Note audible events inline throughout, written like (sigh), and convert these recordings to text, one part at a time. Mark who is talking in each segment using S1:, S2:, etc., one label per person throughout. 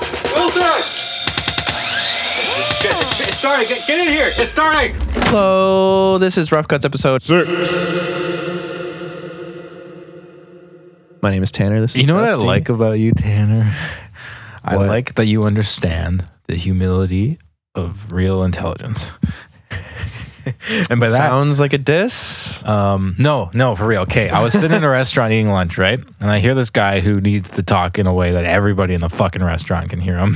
S1: Filter! Shit, shit, it's starting. Get, get in here. It's starting.
S2: Hello, this is Rough Cuts episode six. My name is Tanner. This is
S3: You know what I
S2: Dusty.
S3: like about you, Tanner? I
S2: What?
S3: like that you understand the humility of real intelligence. and by
S2: Sounds like a diss.
S3: that, um, no, no, for real. Okay, I was sitting (laughs) in a restaurant eating lunch, right? And I hear this guy who needs to talk in a way that everybody in the fucking restaurant can hear him.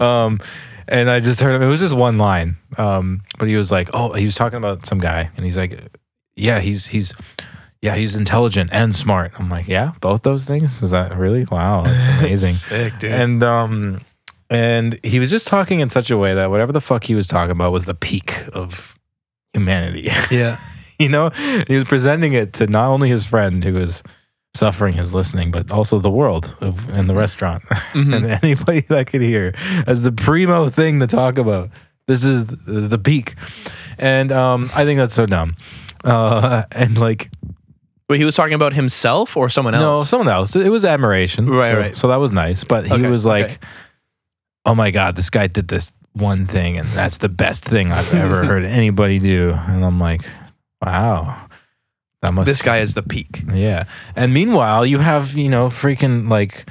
S3: (laughs) um, and I just heard him. It was just one line, um, but he was like, "Oh, he was talking about some guy," and he's like, "Yeah, he's he's." Yeah, he's intelligent and smart. I'm like, yeah, both those things. Is that really? Wow, that's amazing. (laughs)
S1: Sick, dude.
S3: and um, and he was just talking in such a way that whatever the fuck he was talking about was the peak of humanity. (laughs)
S2: Yeah.
S3: you know, he was presenting it to not only his friend who was suffering his listening, but also the world of, and the restaurant (laughs)
S2: Mm-hmm.
S3: and
S2: Hmm.
S3: anybody that could hear as the primo thing to talk about. This is, this is the peak, and um, I think that's so dumb. Uh, (laughs) and like,
S2: Wait, he was talking about himself or someone
S3: no,
S2: else?
S3: someone else. It was admiration,
S2: Right,
S3: So,
S2: right.
S3: so that was nice, but he
S2: Okay,
S3: was like,
S2: okay.
S3: "Oh my god, this guy did this one thing, and that's the best thing
S2: (laughs)
S3: I've ever heard anybody do." And I'm like, "Wow, that must
S2: this guy is the peak.
S3: Yeah. And meanwhile, you have, you know, freaking like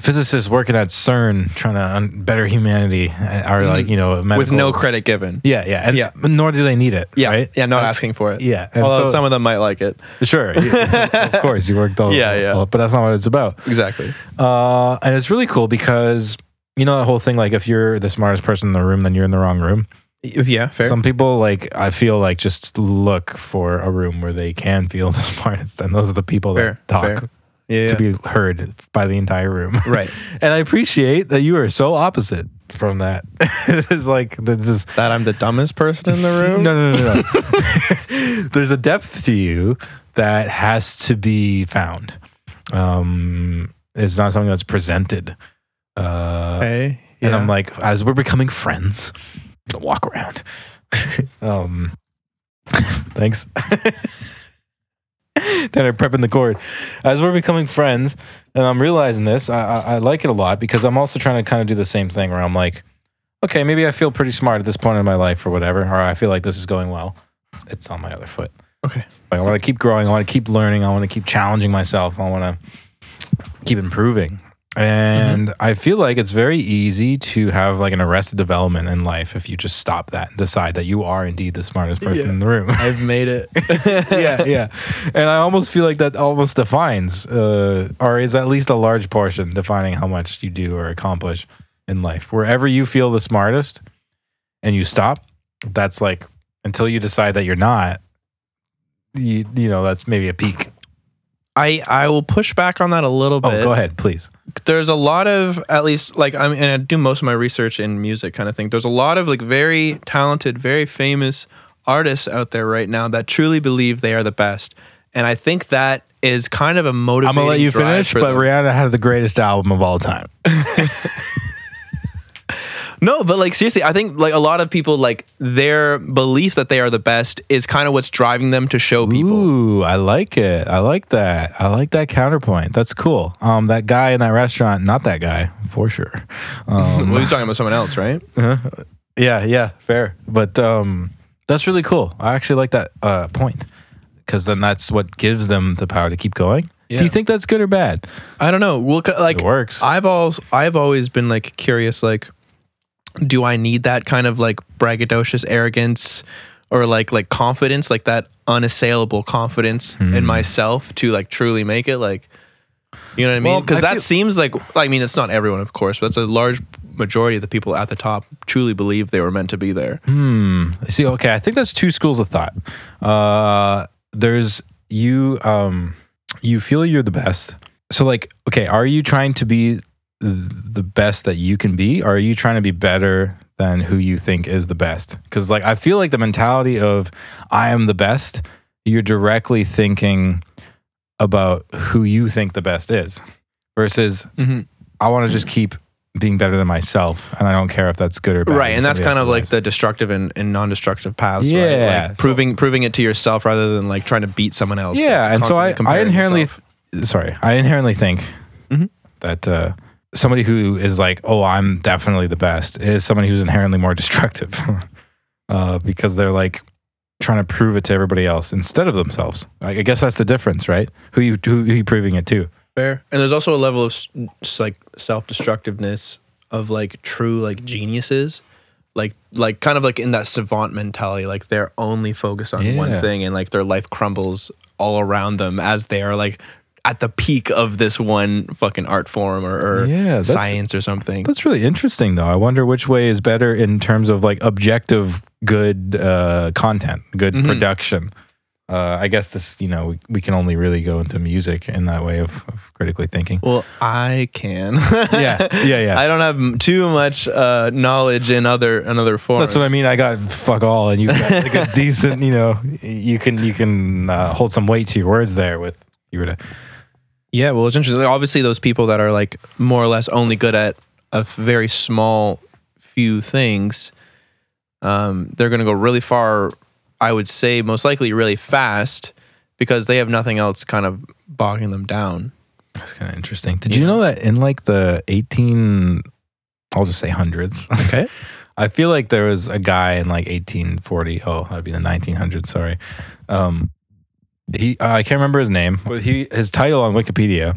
S3: physicists working at CERN trying to un- better humanity uh, are like, you know, medical.
S2: Mm. With no credit given.
S3: Yeah, yeah. And
S2: Yeah.
S3: nor do they need it,
S2: Yeah.
S3: right?
S2: Yeah, not asking for it.
S3: Yeah. And
S2: Although
S3: so-
S2: some of them might like it.
S3: (laughs) sure. you-
S2: (laughs)
S3: of course, you worked all
S2: Yeah, yeah.
S3: all- but that's not what it's about.
S2: Exactly.
S3: Uh, and it's really cool because you know that whole thing like if you're the smartest person in the room, then you're in the wrong room.
S2: Yeah, fair.
S3: Some people like I feel like just look for a room where they can feel (laughs) the smartest, and those are the people
S2: Fair,
S3: that talk
S2: fair. yeah.
S3: to be heard by the entire room.
S2: (laughs) Right.
S3: (laughs) and I appreciate that you are so opposite from that. (laughs) it's like this is
S2: that I'm the dumbest person in
S3: (laughs)
S2: the
S3: no,
S2: room.
S3: no, no, no.
S2: (laughs)
S3: (laughs) There's a depth to you that has to be found. Um, it's not something that's presented. Uh,
S2: Okay.
S3: And I'm
S2: like,
S3: like, as we're becoming friends, I'm gonna walk around. (laughs) um, (laughs) thanks. (laughs) then I'm prepping the chord. As we're becoming friends, and I'm realizing this, I, I, I like it a lot because I'm also trying to kind of do the same thing where I'm like, okay, maybe I feel pretty smart at this point in my life or whatever, or I feel like this is going well. It's on my other foot.
S2: Okay.
S3: Like, I want to keep growing. I want to keep learning. I want to keep challenging myself. I want to keep improving. And
S2: Mm-hmm.
S3: I feel like it's very easy to have like an arrested development in life if you just stop that and decide that you are indeed the smartest person
S2: Yeah.
S3: in the room.
S2: I've made
S3: (laughs)
S2: it.
S3: yeah, yeah. And I almost feel like that almost defines, uh, or is at least a large portion defining how much you do or accomplish in life. Wherever you feel the smartest and you stop, that's like until you decide that you're not, you, you know, that's maybe a peak.
S2: I I will push back on that a little
S3: Oh,
S2: bit.
S3: go ahead, please.
S2: there's a lot of at least like I'm and I do most of my research in music kind of thing. There's a lot of like very talented, very famous artists out there right now that truly believe they are the best. And I think that is kind of a motivating.
S3: I'm going to let you
S2: drive
S3: finish,
S2: for
S3: but
S2: them.
S3: Rihanna had the greatest album of all time.
S2: No, but like seriously, I think like a lot of people like their belief that they are the best is kind of what's driving them to show people.
S3: Ooh, I like it. I like that. I like that counterpoint. That's cool. Um, that guy in that restaurant, not that guy for sure. Um,
S2: Well, he's talking about someone else, right?
S3: yeah, yeah, fair. But um, that's really cool. I actually like that uh, point because then that's what gives them the power to keep going.
S2: Yeah.
S3: Do you think that's good or bad?
S2: I don't know. Well, 'cause, like
S3: It works.
S2: I've always I've always been like curious. Like, do I need that kind of like braggadocious arrogance or like like confidence, like that unassailable confidence
S3: Hmm.
S2: in myself to like truly make it? Like, you know what I mean?
S3: Well,
S2: Because
S3: I
S2: that
S3: feel-
S2: seems like I mean it's not everyone, of course, but it's a large majority of the people at the top truly believe they were meant to be there.
S3: See, okay, Hmm. I think that's two schools of thought. Uh, there's you um you feel you're the best. So like, okay, are you trying to be th- the best that you can be? Or are you trying to be better than who you think is the best? Cuz like I feel like the mentality of I am the best, you're directly thinking about who you think the best is versus
S2: Mhm.
S3: I want to just keep being better than myself and I don't care if that's good or bad.
S2: Right,
S3: in
S2: and that's
S3: somebody
S2: kind of
S3: else's
S2: like
S3: eyes.
S2: the destructive and, and non-destructive paths. right?
S3: Yeah,
S2: like
S3: so-
S2: proving proving it to yourself rather than like trying to beat someone else.
S3: Yeah,
S2: like,
S3: and so
S2: constantly
S3: I, I
S2: comparing
S3: inherently,
S2: yourself.
S3: sorry, I inherently think that uh, somebody who is like, oh, I'm definitely the best, is somebody who's inherently more (laughs) destructive uh, because they're like trying to prove it to everybody else instead of themselves. I, I guess that's the difference, right? Who you who, who you proving it to?
S2: Fair. And there's also a level of s- s- like self-destructiveness of like true like geniuses. Like like kind of like in that savant mentality, like they're only focused on one
S3: Yeah.
S2: thing and like their life crumbles all around them as they are like at the peak of this one fucking art form or, or
S3: Yeah, that's-
S2: science or something.
S3: That's really interesting, though. I wonder which way is better in terms of like objective good uh, content, good production. Uh, I guess this, you know, we, we can only really go into music in that way of, of critically thinking.
S2: Well, I can. (laughs)
S3: Yeah, (laughs) yeah, yeah.
S2: I don't have m- too much uh, knowledge in other another forms.
S3: That's what I mean. I got fuck all, and you got like (laughs) a decent, you know, you can you can uh, hold some weight to your words there. With you were to,
S2: Yeah, well, it's interesting. Like, obviously, those people that are like more or less only good at a very small few things, um, they're going to go really far. I would say most likely really fast because they have nothing else kind of bogging them down.
S3: that's kind of interesting. Did you know that in like the eighteen, I'll just say hundreds.
S2: Okay.
S3: (laughs) I feel like there was a guy in like 1840. Oh, that'd be the 1900s. Sorry. Um, he uh, I can't remember his name, but he his title on Wikipedia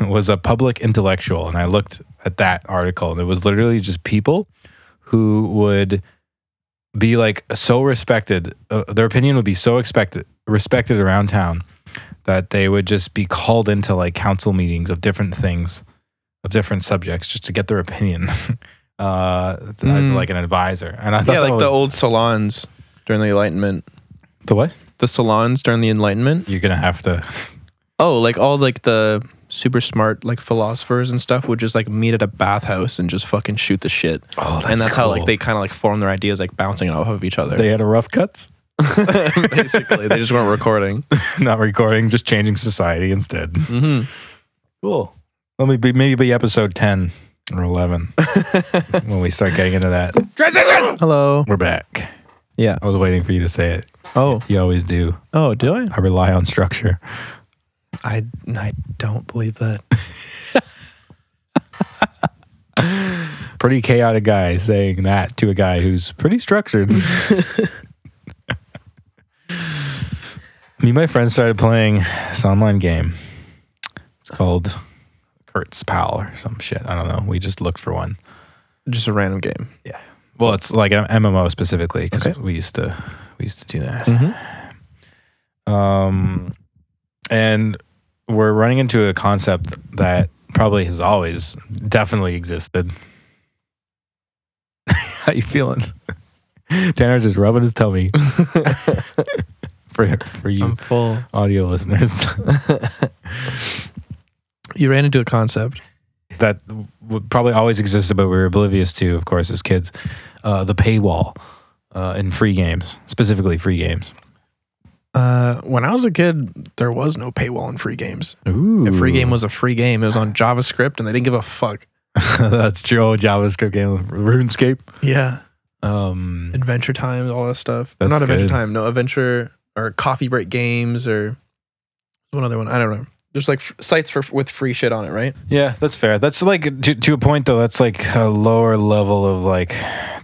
S3: (laughs) was a public intellectual, and I looked at that article, and it was literally just people who would be like so respected. Uh, their opinion would be so expected respected around town that they would just be called into like council meetings of different things, of different subjects, just to get their opinion. (laughs) Uh, as
S2: Mm.
S3: like an advisor, and I thought
S2: yeah,
S3: that
S2: like the
S3: was-
S2: old salons during the Enlightenment.
S3: the what
S2: The salons during the Enlightenment.
S3: you're gonna have to
S2: Oh, like all like the super smart like philosophers and stuff would just like meet at a bathhouse and just fucking shoot the shit.
S3: Oh,
S2: and that's how like
S3: cool.
S2: they kind of like form their ideas like bouncing off of each other. (laughs)
S3: they had a rough cuts,
S2: basically. They just weren't recording.
S3: (laughs) not recording, just changing society instead.
S2: Mm-hmm.
S3: Cool. Let me be maybe be episode ten or
S2: (laughs)
S3: eleven when we start getting into that.
S2: Hello.
S3: We're back.
S2: Yeah.
S3: I was waiting for you to say it.
S2: Oh.
S3: You always do.
S2: Oh. Do I?
S3: I rely on structure.
S2: I I don't believe that.
S3: Pretty chaotic guy saying that to a guy who's pretty structured. (laughs) Me and my friend started playing this online game. It's called Kurt's Pal or some shit. I don't know. We just looked for one.
S2: Just a random game.
S3: Well, it's like an MMO specifically because
S2: Okay.
S3: we used to we used to do that.
S2: Mm-hmm.
S3: Um, and we're running into a concept that probably has always definitely existed. (laughs) How you feeling? (laughs) Tanner's just rubbing his (laughs) tummy for for you
S2: I'm full.
S3: audio listeners. (laughs)
S2: You ran into a concept.
S3: that w- probably always existed, but we were oblivious to, of course, as kids, uh, the paywall uh, in free games, specifically free games.
S2: Uh, when I was a kid, there was no paywall in free games.
S3: Ooh,
S2: A free game was a free game. It was on JavaScript, and they didn't give a fuck.
S3: (laughs) that's true. Oh, JavaScript game, RuneScape.
S2: Yeah,
S3: Um,
S2: Adventure Time, all that stuff.
S3: That's
S2: Not Adventure
S3: good.
S2: Time. No Adventure or Coffee Break Games or one other one. I don't know. There's like f- sites for with free shit on it, right?
S3: yeah, that's fair. That's like to, to a point though. That's like a lower level of like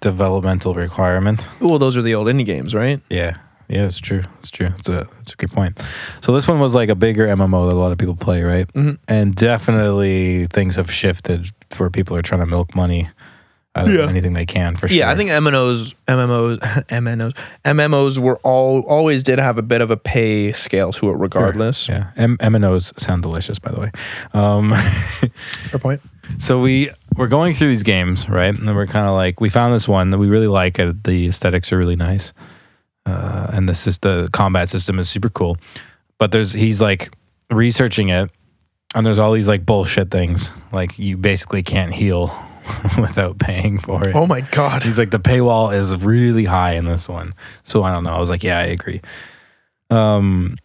S3: developmental requirement.
S2: Well, those are the old indie games, right?
S3: Yeah, yeah, it's true. It's true. It's a it's a good point. So this one was like a bigger MMO that a lot of people play, right?
S2: Mhm.
S3: And definitely things have shifted where people are trying to milk money out of
S2: Yeah.
S3: anything they can for sure.
S2: Yeah, I think MMOs, MMOs, (laughs) MMOs, MMOs were all always did have a bit of a pay scale to it, regardless.
S3: Yeah, M- MMOs sound delicious, by the way. Um, (laughs)
S2: Fair point.
S3: so we we're going through these games, right? And then we're kind of like, we found this one that we really like. Uh, The aesthetics are really nice, uh, and this is the combat system is super cool. But there's he's like researching it, and there's all these like bullshit things. Like you basically can't heal (laughs) without paying for it.
S2: Oh my (laughs) god.
S3: He's like, the paywall is really high in this one. So I don't know. I was like, yeah, I agree. Um,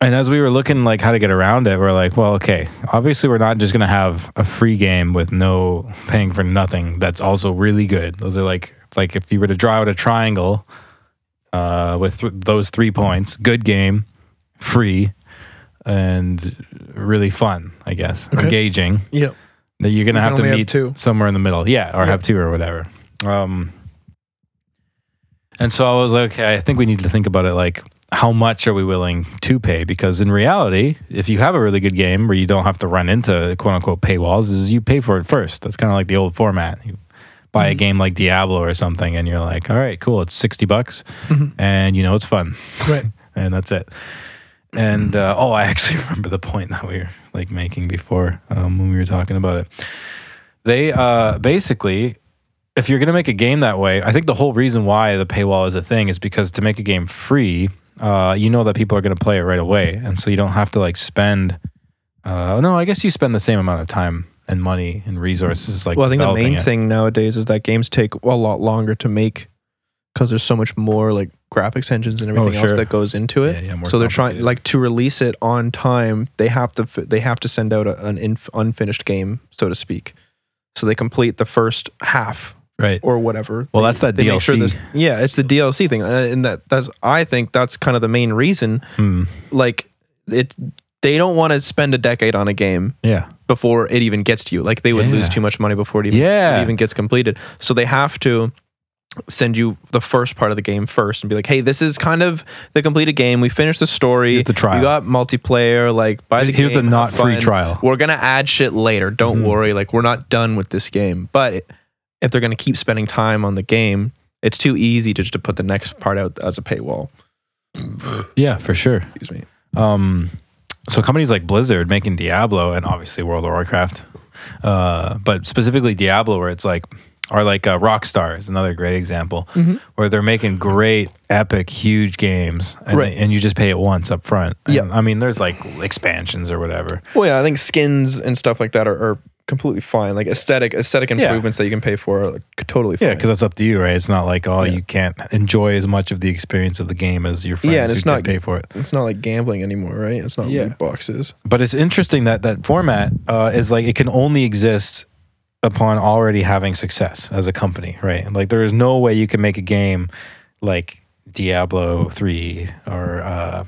S3: and as we were looking like how to get around it, we're like, well, okay, obviously we're not just gonna have a free game with no paying for nothing. That's also really good. Those are like, it's like if you were to draw out a triangle, uh, with th- those three points, good game, free, and really fun, I guess,
S2: Okay.
S3: engaging.
S2: Yep.
S3: That you're gonna
S2: You
S3: have
S2: can
S3: to
S2: only have
S3: meet
S2: two.
S3: somewhere in the middle, yeah, or have two or whatever. Um, and so I was like, okay, I think we need to think about it like how much are we willing to pay? Because in reality, if you have a really good game where you don't have to run into quote unquote paywalls, is you pay for it first. That's kind of like the old format. You buy
S2: Mm-hmm.
S3: a game like Diablo or something, and you're like, all right, cool, it's sixty bucks,
S2: Mm-hmm.
S3: and you know it's fun
S2: Right.
S3: and that's it. And uh, oh, I actually (laughs) remember the point that we were like making before um, when we were talking about it. They uh, basically, if you're gonna make a game that way, I think the whole reason why the paywall is a thing is because to make a game free, uh, you know that people are gonna play it right away, and so you don't have to like spend. Uh, no, I guess you spend the same amount of time and money and resources. Like,
S2: well, I think the
S3: developing
S2: main
S3: it.
S2: thing nowadays is that games take a lot longer to make because there's so much more like graphics engines and everything
S3: sure.
S2: else that goes into it.
S3: Yeah, yeah, more
S2: so they're trying
S3: complicated.
S2: like to release it on time. They have to f- they have to send out a, an inf- unfinished game, so to speak. So they complete the first half
S3: right?
S2: or whatever.
S3: Well,
S2: They-
S3: that's that
S2: they make
S3: DLC.
S2: this- yeah, it's the DLC thing, uh, and that that's I think that's kind of the main reason.
S3: Hmm.
S2: Like it, they don't want to spend a decade on a game
S3: Yeah,
S2: before it even gets to you. Like they would
S3: Yeah.
S2: lose too much money before it even,
S3: Yeah.
S2: it even gets completed. So they have to send you the first part of the game first and be like, hey, this is kind of the completed game. We finished the story.
S3: Here's the trial."
S2: You got multiplayer. Like buy the
S3: Here's the
S2: game, have
S3: not free
S2: fun.
S3: trial. Mm-hmm.
S2: We're gonna add shit later. Don't worry. Like we're not done with this game. But if they're gonna keep spending time on the game, it's too easy to just to put the next part out as a paywall.
S3: yeah, for sure.
S2: Excuse me.
S3: um, so companies like Blizzard making Diablo and obviously World of Warcraft, uh, but specifically Diablo, where it's like, or like uh, Rockstar is another great example, where they're making great, epic, huge games, and,
S2: Right.
S3: and you just pay it once up front.
S2: Yeah.
S3: And, I mean, there's like expansions or whatever.
S2: Well, yeah, I think skins and stuff like that are, are completely fine. Like aesthetic aesthetic improvements that you can pay for are like, totally fine.
S3: Yeah, because that's up to you, right? It's not like oh, you can't enjoy as much of the experience of the game as your friends
S2: Yeah, and
S3: who
S2: it's
S3: did
S2: not-
S3: pay for it.
S2: it's not like gambling anymore, right? It's not
S3: Yeah.
S2: loot boxes.
S3: But it's interesting that that format uh, is like it can only exist upon already having success as a company, right? Like there is no way you can make a game like Diablo three or uh,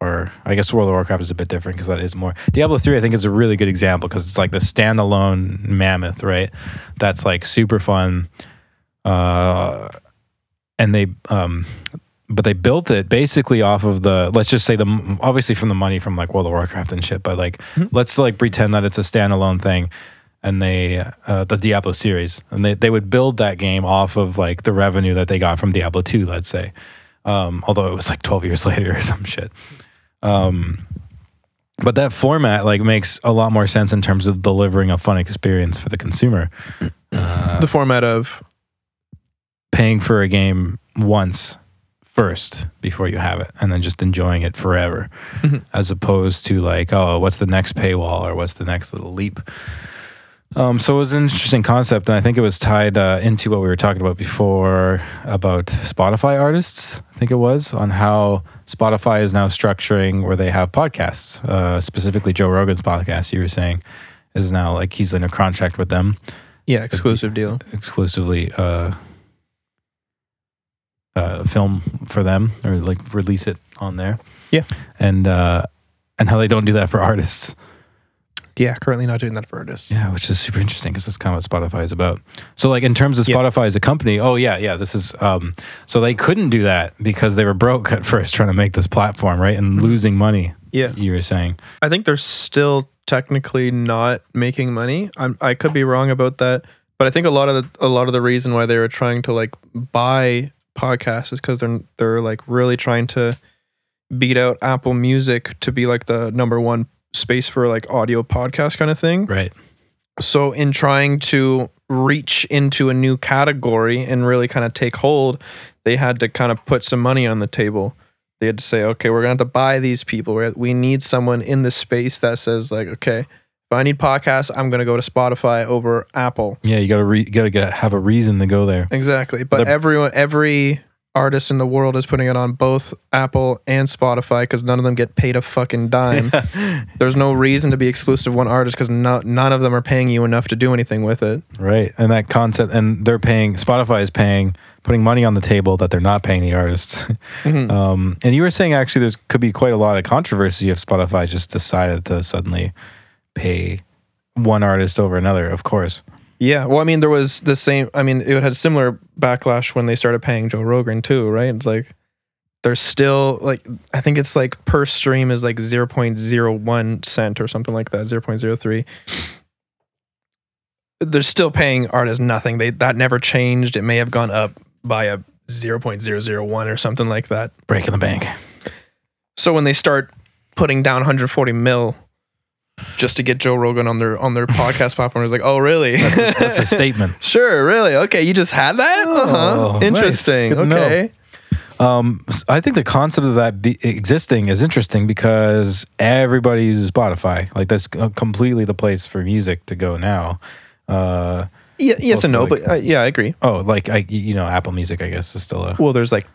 S3: or I guess World of Warcraft is a bit different because that is more Diablo three. I think is a really good example because it's like the standalone mammoth, right? That's like super fun. Uh, and they um but they built it basically off of the let's just say the obviously from the money from like World of Warcraft and shit, but like let's like pretend that it's a standalone thing. And they uh, the Diablo series, and they they would build that game off of like the revenue that they got from Diablo two, let's say. Um, although it was like twelve years (laughs) later or some shit. Um, but that format like makes a lot more sense in terms of delivering a fun experience for the consumer.
S2: the format of
S3: paying for a game once first before you have it and then just enjoying it forever
S2: Mhm.
S3: as opposed to like oh what's the next paywall or what's the next little leap um, so it was an interesting concept and i think it was tied uh, into what we were talking about before about spotify artists i think it was on how spotify is now structuring where they have podcasts uh, specifically joe rogan's podcast you were saying is now like he's in a contract with them
S2: yeah exclusive deal.
S3: exclusively uh, uh, film for them or like release it on there.
S2: Yeah.
S3: And uh, and how they don't do that for artists.
S2: Yeah, currently not doing that for artists.
S3: Yeah, which is super interesting because that's kind of what Spotify is about. So like in terms of
S2: Yeah.
S3: Spotify as a company, oh yeah, yeah, this is um so they couldn't do that because they were broke at first trying to make this platform, right? And losing money,
S2: Yeah,
S3: you were saying.
S2: I think they're still technically not making money. I'm, I could be wrong about that, but I think a lot of the, a lot of the reason why they were trying to like buy podcasts is because they're they're like really trying to beat out Apple Music to be like the number one space for like audio podcast kind of thing.
S3: Right.
S2: So, in trying to reach into a new category and really kind of take hold, they had to kind of put some money on the table. They had to say, okay, we're going to have to buy these people. We're, we need someone in the space that says, like, okay, if I need podcasts, I'm going to go to Spotify over Apple.
S3: Yeah, you gotta re- gotta get, have a reason to go there.
S2: Exactly. But
S3: The-
S2: everyone, every artist in the world is putting it on both Apple and Spotify because none of them get paid a fucking dime. There's no reason to be exclusive to one artist because no, none of them are paying you enough to do anything with it.
S3: Right. And that concept, and they're paying, Spotify is paying, putting money on the table that they're not paying the artists. (laughs) Um, and you were saying actually there's could be quite a lot of controversy if Spotify just decided to suddenly pay one artist over another, of course.
S2: Yeah. Well, I mean, there was the same. I mean, it had similar backlash when they started paying Joe Rogan too, right? It's like they're still like I think it's like per stream is like zero point zero one cent or something like that, zero point zero three. They're still paying artists nothing. They that never changed. It may have gone up by a zero point zero zero one or something like that.
S3: Breaking the bank.
S2: So when they start putting down 140 mil just to get Joe Rogan on their on their
S3: (laughs)
S2: podcast platform, it's like, oh really?
S3: That's a statement.
S2: Sure, really? Okay, you just had that?
S3: Oh,
S2: uh-huh.
S3: nice.
S2: Interesting.
S3: Good to know.
S2: okay.
S3: Um, s- I think the concept of that be existing is interesting because everybody uses Spotify. Like that's c- completely the place for music to go now. Uh,
S2: Yeah, yes and no,
S3: Hopefully.
S2: but uh, yeah, I agree.
S3: oh, like I, you know, Apple Music, I guess, is still a
S2: Well, there's like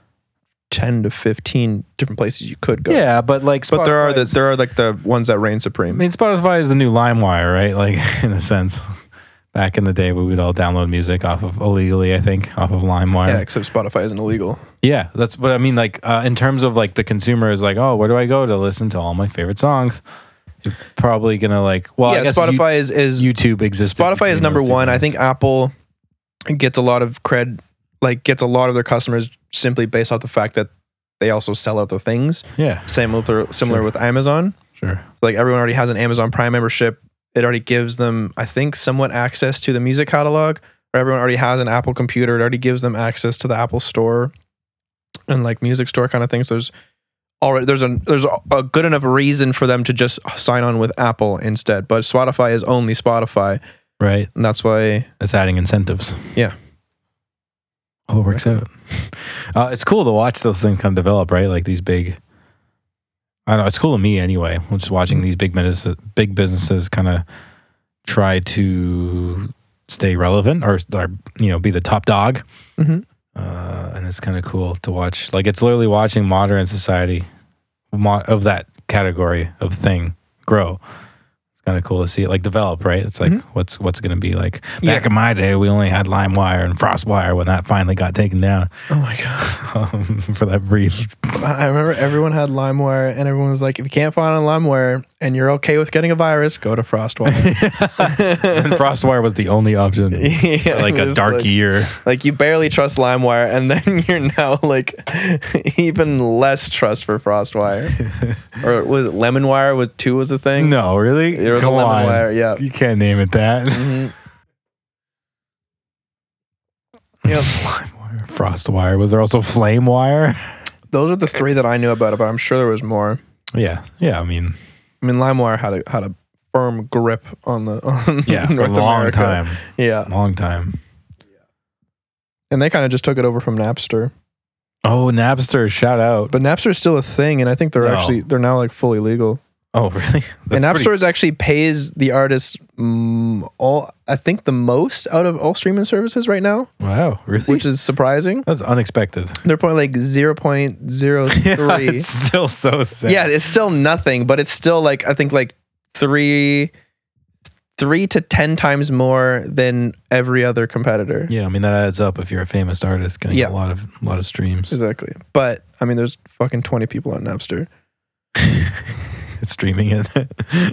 S2: 10 to 15 different places you could go.
S3: yeah, but like,
S2: But there are the
S3: Spotify's-
S2: there are like the ones that reign
S3: I
S2: supreme.
S3: mean, Spotify is the new LimeWire, right? (laughs) Like in a sense, back in the day, we would all download music off of illegally, I think, off of LimeWire.
S2: Yeah, except Spotify isn't illegal.
S3: Yeah, that's what I mean. Like uh, in terms of like the consumer is like, oh, where do I go to listen to all my favorite songs? You're probably gonna like, well, I
S2: yeah,
S3: guess you-
S2: Spotify is is
S3: YouTube exists.
S2: Spotify is number 1. I think Apple gets a lot of cred like gets a lot of their customers simply based off the fact that they also sell other things.
S3: Yeah,
S2: Same with similar
S3: Sure.
S2: with Amazon.
S3: sure.
S2: like everyone already has an Amazon Prime membership. It already gives them, I think, somewhat access to the music catalog. Or everyone already has an Apple computer. It already gives them access to the Apple Store and like music store kind of things. So there's already there's a there's a- a good enough reason for them to just sign on with Apple instead. But Spotify is only Spotify,
S3: Right,
S2: and that's why
S3: that's adding incentives.
S2: Yeah.
S3: Oh, it works out. Uh, it's cool to watch those things kind of develop, right? Like these big. I don't know. It's cool to me anyway. I'm just watching these big businesses, big businesses, kind of try to stay relevant or, or you know, be the top dog. uh, and it's kind of cool to watch. Like it's literally watching modern society mo- of that category of thing grow. It's kind of cool to see it like develop, right? It's like what's what's going to be like.
S2: Mm-hmm. Yeah.
S3: Back in my day, we only had LimeWire and FrostWire when that finally got taken down
S2: oh my god, (laughs)
S3: um, (laughs) for that brief.
S2: I I remember everyone had LimeWire, and everyone was like, if you can't find on LimeWire and you're okay with getting a virus, go to
S3: (laughs)
S2: FrostWire.
S3: and FrostWire was the only option.
S2: (laughs) Yeah,
S3: like
S2: it
S3: a
S2: was
S3: dark
S2: like-
S3: year.
S2: Like you barely trust LimeWire, and (laughs) then you're now like even less trust for FrostWire. or was it LemonWire? Was two was a thing?
S3: (laughs) No, really?
S2: There was a
S3: Come
S2: lemon
S3: on.
S2: wire, Mm-hmm. yeah.
S3: (laughs) You can't name it that. (laughs)
S2: Yep.
S3: LimeWire, FrostWire. Was there also FlameWire?
S2: Those are the three that I knew about, but I'm sure there was more.
S3: Yeah. Yeah,
S2: (laughs)
S3: I mean,
S2: I mean, LimeWire had a had a firm grip on the on (laughs)
S3: yeah, for a
S2: North
S3: long
S2: America.
S3: time.
S2: Yeah,
S3: Long time.
S2: and they kind of just took it over from Napster.
S3: Oh, Napster, shout out.
S2: But Napster is still a thing, and I think they're
S3: No.
S2: actually they're now like fully legal.
S3: Oh, (laughs) really?
S2: and App
S3: pretty-
S2: Stores actually pays the artists mm, all I think the most out of all streaming services right now,
S3: Wow, really?
S2: which is surprising.
S3: That's unexpected.
S2: They're probably like zero point
S3: (laughs)
S2: zero three.
S3: it's still so sad.
S2: Yeah, it's still nothing, but it's still like I think like three, three to ten times more than every other competitor.
S3: Yeah, I mean that adds up if you're a famous artist, gonna
S2: Yeah.
S3: get a lot of a lot of streams.
S2: Exactly. But I mean, there's fucking twenty people on Napster.
S3: (laughs) It's
S2: (laughs)
S3: streaming it.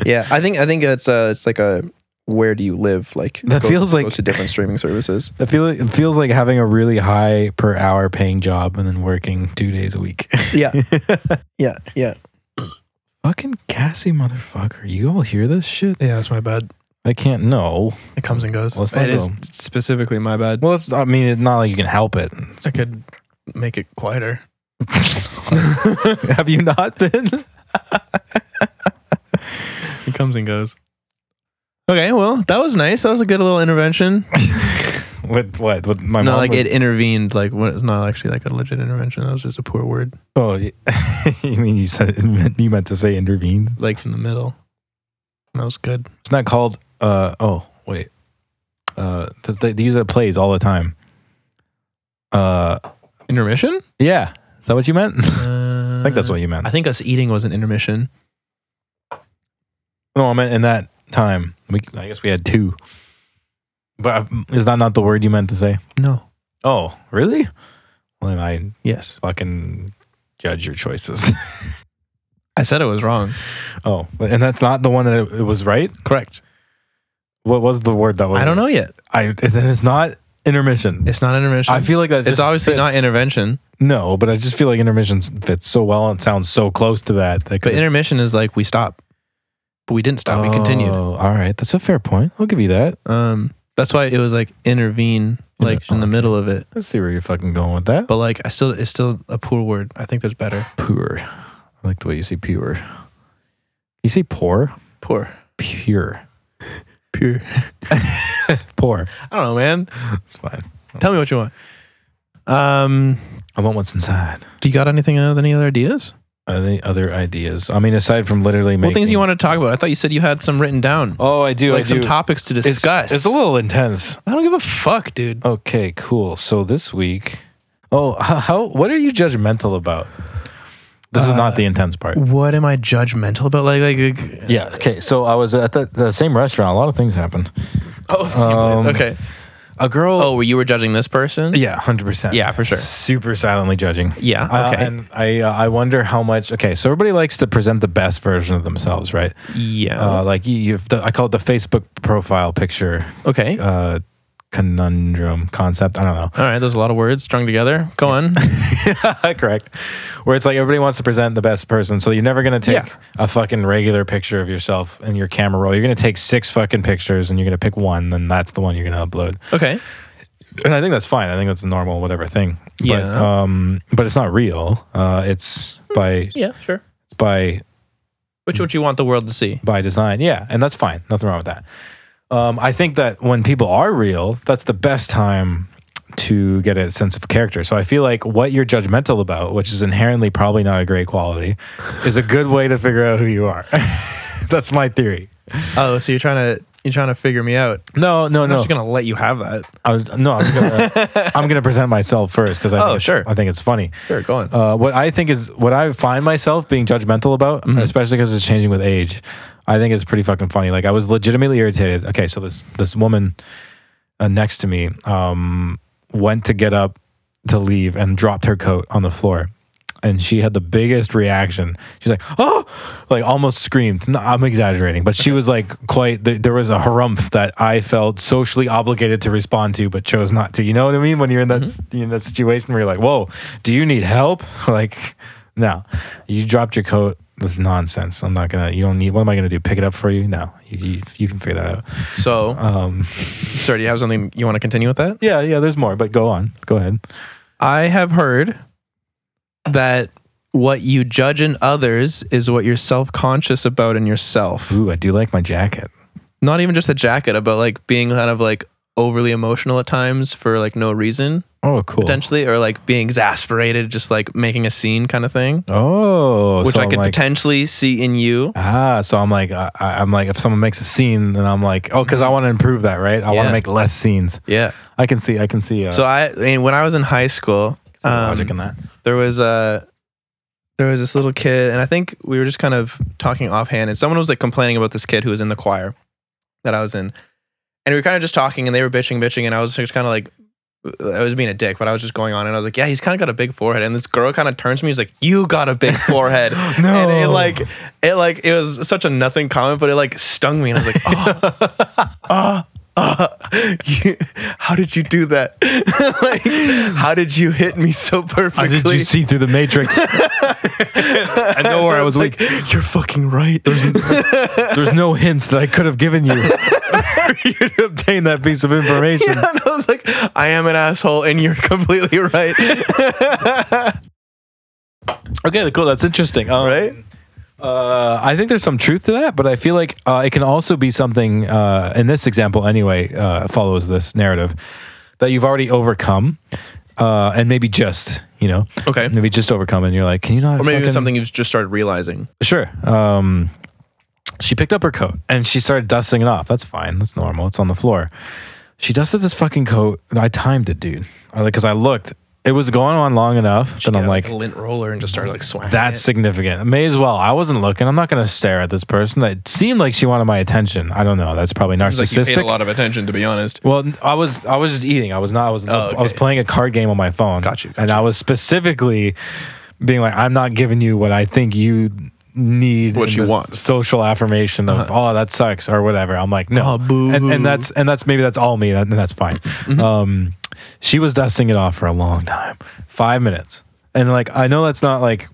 S2: Yeah, I think I think it's uh it's like a where do you live like
S3: That feels like-
S2: goes to different streaming
S3: (laughs)
S2: services.
S3: It feel it feels like having a really high per hour paying job and then working two days a week.
S2: Yeah, yeah, yeah.
S3: (laughs) Fucking Cassie, motherfucker! You all hear this shit?
S2: Yeah, that's my bad.
S3: I can't know.
S2: It comes and goes.
S3: Let's not
S2: it is
S3: go.
S2: specifically my bad.
S3: Well, it's, I mean, it's not like you can help it. (laughs)
S2: I could make it quieter.
S3: Have you not been?
S2: It comes and goes. Okay, well, that was nice. That was a good little intervention.
S3: With what? With my
S2: no,
S3: mom?
S2: like
S3: would-
S2: it intervened. Like what- it's not actually like a legit intervention. That was just a poor word,
S3: Oh, (laughs) y- you mean you said (laughs) it meant, you meant to say intervened?
S2: like in the middle. That was good.
S3: It's not called. Uh oh, wait. Uh, 'cause they, they use it at plays all the time. Uh,
S2: Intermission?
S3: Yeah. Is that what you meant? (laughs)
S2: Uh,
S3: I think that's what you meant.
S2: I think us eating was an intermission.
S3: No, I meant in that time. We, I guess we had two. But um, is that not the word you meant to say?
S2: No.
S3: Oh, really? Well, then I
S2: Yes.
S3: fucking judge your choices. (laughs)
S2: I said it was wrong.
S3: oh, but- and that's not the one that it, it was right.
S2: Correct.
S3: What was the word that was?
S2: I don't know yet.
S3: I and it's not intermission.
S2: It's not intermission.
S3: I feel like that.
S2: it's
S3: just
S2: obviously
S3: fits.
S2: not intervention,
S3: No, but I just feel like intermission fits so well and sounds so close to that. that
S2: but intermission is like we stop, but we didn't stop. We continued.
S3: Oh, all right, that's a fair point. I'll give you that.
S2: Um, that's why it was like intervene, like
S3: Inter-
S2: in the
S3: okay.
S2: middle of it.
S3: Let's see where you're fucking going with that.
S2: But like, I still, it's still a poor word. I think there's better.
S3: Pure. I like the way you say pure. You say poor?
S2: Poor.
S3: Pure.
S2: Pure. (laughs)
S3: Poor.
S2: I don't know, man.
S3: It's fine.
S2: Tell me what you want. Um,
S3: I want what's inside.
S2: do you got anything? uh, Any other ideas?
S3: Are there other ideas? I mean, aside from literally making.
S2: What things you want to talk about? I thought you said you had some written down,
S3: Oh, I do.
S2: like
S3: I
S2: some
S3: do.
S2: topics to
S3: it's,
S2: discuss.
S3: It's a little intense.
S2: I don't give a fuck, dude.
S3: Okay, cool. So this week. Oh, how, how what are you judgmental about? This is
S2: Uh,
S3: not the intense part.
S2: What am I judgmental about? Like, like, like
S3: Yeah. Okay. So I was at the, the same restaurant. A lot of things happened.
S2: oh, (laughs) same
S3: Um,
S2: place. okay.
S3: A girl.
S2: Oh, well, you were judging this person?
S3: Yeah, hundred percent.
S2: Yeah, for sure.
S3: Super silently judging.
S2: Yeah,
S3: Uh,
S2: okay.
S3: and I uh, I wonder how much. Okay, so everybody likes to present the best version of themselves, right?
S2: Yeah.
S3: Uh, like you, you've the, I call it the Facebook profile picture
S2: okay.
S3: uh, conundrum concept. I
S2: (laughs)
S3: don't know.
S2: All right. There's a lot of words strung together. Go (laughs) on.
S3: Correct. Where it's like everybody wants to present the best person. So you're never going to take
S2: Yeah.
S3: a fucking regular picture of yourself in your camera roll. You're going to take six fucking pictures and you're going to pick one. Then that's the one you're going to upload.
S2: okay.
S3: and I think that's fine. I think that's a normal whatever thing. But
S2: Yeah.
S3: um but it's not real. Uh it's by
S2: Yeah, sure.
S3: by
S2: Which would you want the world to see?
S3: by design. Yeah, and that's fine. Nothing wrong with that. Um I think that when people are real, that's the best time to get a sense of character. So I feel like what you're judgmental about, which is inherently probably not a great quality, is a good way to figure out who you are. (laughs) that's my theory.
S2: Oh, so you're trying to you're trying to figure me out.
S3: No, no,
S2: I'm
S3: no.
S2: just gonna let you have that.
S3: I was, no, I'm gonna, I'm gonna present myself first because I
S2: Oh,
S3: think it's-
S2: sure.
S3: I think it's funny.
S2: Sure, go on.
S3: uh, what I think is what I find myself being judgmental about, especially because it's changing with age. I think it's pretty fucking funny. Like I was legitimately irritated. Okay, so this this woman uh, next to me um, went to get up to leave and dropped her coat on the floor, and she had the biggest reaction. She's like, "Oh!" Like almost screamed. No, I'm exaggerating, but she was like quite. th- There was a harumph that I felt socially obligated to respond to, but chose not to. You know what I mean? When you're in that s- you're in that situation where you're like, "Whoa, do you need help?" (laughs) Like, no, you dropped your coat. This is nonsense. I'm not gonna. You don't need. What am I gonna do? Pick it up for you? No, you, you, you can figure that out.
S2: so,
S3: Um,
S2: sir, do you have something you want to continue with that?
S3: yeah, yeah. There's more, but go on. Go ahead.
S2: I have heard that what you judge in others is what you're self conscious about in yourself.
S3: Ooh, I do like my jacket.
S2: Not even just the jacket, about like being kind of like overly emotional at times for like no reason
S3: Oh, cool.
S2: potentially, or like being exasperated, just like making a scene kind of thing,
S3: Oh,
S2: which
S3: so
S2: I
S3: I'm
S2: could
S3: like,
S2: potentially see in you.
S3: Ah, so I'm like, I, I- I'm like, if someone makes a scene, then I'm like, oh, because I want to improve that, right? I
S2: Mm-hmm.
S3: want
S2: Yeah.
S3: to make less scenes.
S2: Yeah.
S3: I can see, I can see. Uh,
S2: So I, I mean, when I was in high school,
S3: some
S2: um,
S3: logic in that.
S2: there was a there was this little kid and i think we were just kind of talking offhand and someone was like complaining about this kid who was in the choir that i was in and we were kind of just talking and they were bitching bitching and i was just kind of like I was being a dick, but I was just going on and I was like, yeah, he's kind of got a big forehead. And this girl kind of turns to me, he's like, you got a big forehead. And it
S3: (laughs) No.
S2: like, it like, it was such a nothing comment, but it like stung me. And I was like,
S3: (laughs)
S2: oh, (laughs) oh, oh, you- how did you do that? (laughs) like, how did you hit me so perfectly?
S3: How did you see through
S2: (laughs)
S3: the matrix? I know where I was weak.
S2: You're fucking right. (laughs)
S3: There's no hints that I could have given you (laughs) for you to obtain that piece of information.
S2: (laughs) and I was like, I am an asshole, and you're (laughs) completely
S3: (laughs)
S2: right.
S3: Okay, cool. That's interesting. Um,
S2: Right?
S3: Uh, I think there's some truth to that, but I feel like uh, it can also be something, uh, in this example anyway, uh, follows this narrative that you've already overcome uh, and maybe just, you know,
S2: Okay.
S3: maybe just overcome and you're like, can you not?
S2: Or maybe it
S3: fucking-
S2: was something you've just started realizing.
S3: Sure. Um, she picked up her coat and she started dusting it off. That's fine. That's normal. It's on the floor. She dusted this fucking coat. I timed it, dude. I like because I looked it was going on long enough that
S2: Get
S3: I'm
S2: out,
S3: like,
S2: a lint roller and just started like swiping.
S3: that's significant. May as well. I wasn't looking. I'm not going to stare at this person. It seemed like she wanted my attention. I don't know. That's probably
S2: Seems like you
S3: narcissistic.
S2: paid a lot of attention, to be honest.
S3: Well, n- I was I was just eating. I was not. I was
S2: Oh,
S3: I was
S2: okay.
S3: playing a card game on my phone.
S2: Got you, got
S3: and I was specifically being like, I'm not giving you what I think you need.
S2: What
S3: in
S2: you
S3: this
S2: want.
S3: Social affirmation of oh that sucks or whatever. I'm like no.
S2: Oh, boo. Mm-hmm.
S3: And, and that's and that's maybe that's all me. That, and that's fine. Um, she was dusting it off for a long time, five minutes, and like I know that's not like.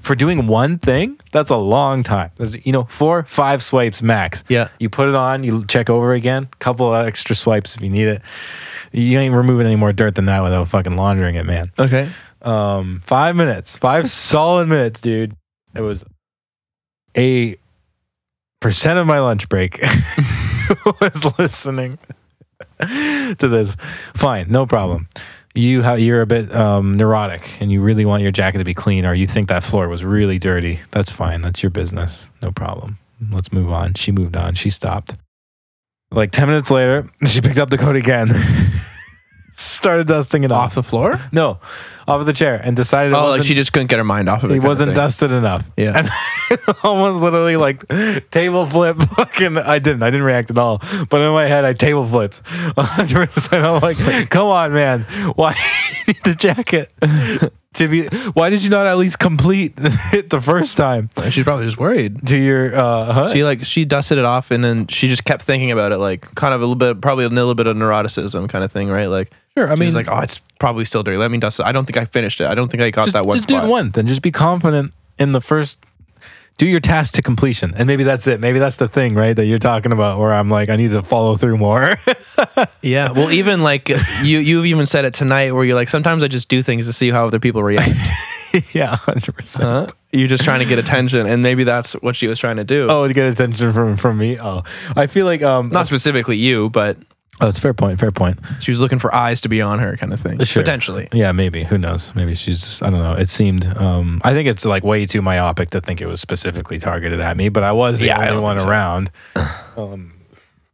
S3: For doing one thing, that's a long time. That's, you know, four, five swipes max.
S2: Yeah.
S3: You put it on, you check over again, couple of extra swipes if you need it. You ain't removing any more dirt than that without fucking laundering it, man.
S2: Okay.
S3: Um, five minutes, five solid minutes, dude. It was a percent of my lunch break (laughs) was listening to this. Fine, no problem. You ha- you're a bit um, neurotic, and you really want your jacket to be clean, or you think that floor was really dirty. That's fine. That's your business. No problem. Let's move on. She moved on. She stopped. Like ten minutes later, (laughs) she picked up the coat again. (laughs) Started dusting it off.
S2: Off the floor?
S3: No, off of the chair and decided it
S2: Oh, like
S3: wasn't,
S2: she just couldn't get her mind off of it.
S3: it
S2: kind of
S3: wasn't
S2: thing.
S3: dusted enough.
S2: Yeah.
S3: And (laughs) almost literally like table flip. Fucking, I didn't. I didn't react at all. But in my head, I table flipped. (laughs) 100%. I'm like, come on, man. Why (laughs) do you need the jacket? To be, why did you not at least complete (laughs) it the first time
S2: She's probably just worried.
S3: to your? Uh, huh?
S2: She like she dusted it off and then she just kept thinking about it, like kind of a little bit, probably a little bit of neuroticism kind of thing, right? Like
S3: Sure, I
S2: she
S3: mean-
S2: was like oh, it's probably still dirty. Let me dust it. I don't think I finished it. I don't think I got
S3: just,
S2: that one.
S3: just do it
S2: spot."
S3: one. Then just be confident in the first. Do your task to completion, and maybe that's it. Maybe that's the thing, right? That you're talking about, where I'm like, I need to follow through more. (laughs)
S2: Yeah. Well, even like you, you've even said it tonight, where you're like, sometimes I just do things to see how other people react. (laughs)
S3: (laughs) yeah, hundred percent.
S2: Huh? You're just trying to get attention, and maybe that's what she was trying to do.
S3: Oh, to get attention from from me. Oh, I feel like um.
S2: Not specifically you, but
S3: oh, it's fair point. Fair point.
S2: she was looking for eyes to be on her, kind of thing.
S3: Sure.
S2: Potentially.
S3: Yeah, maybe. Who knows? Maybe she's just. I don't know. It seemed. Um, I think it's like way too myopic to think it was specifically targeted at me, but I was the
S2: Yeah, I
S3: only
S2: don't
S3: one
S2: think so. (sighs)
S3: around. um,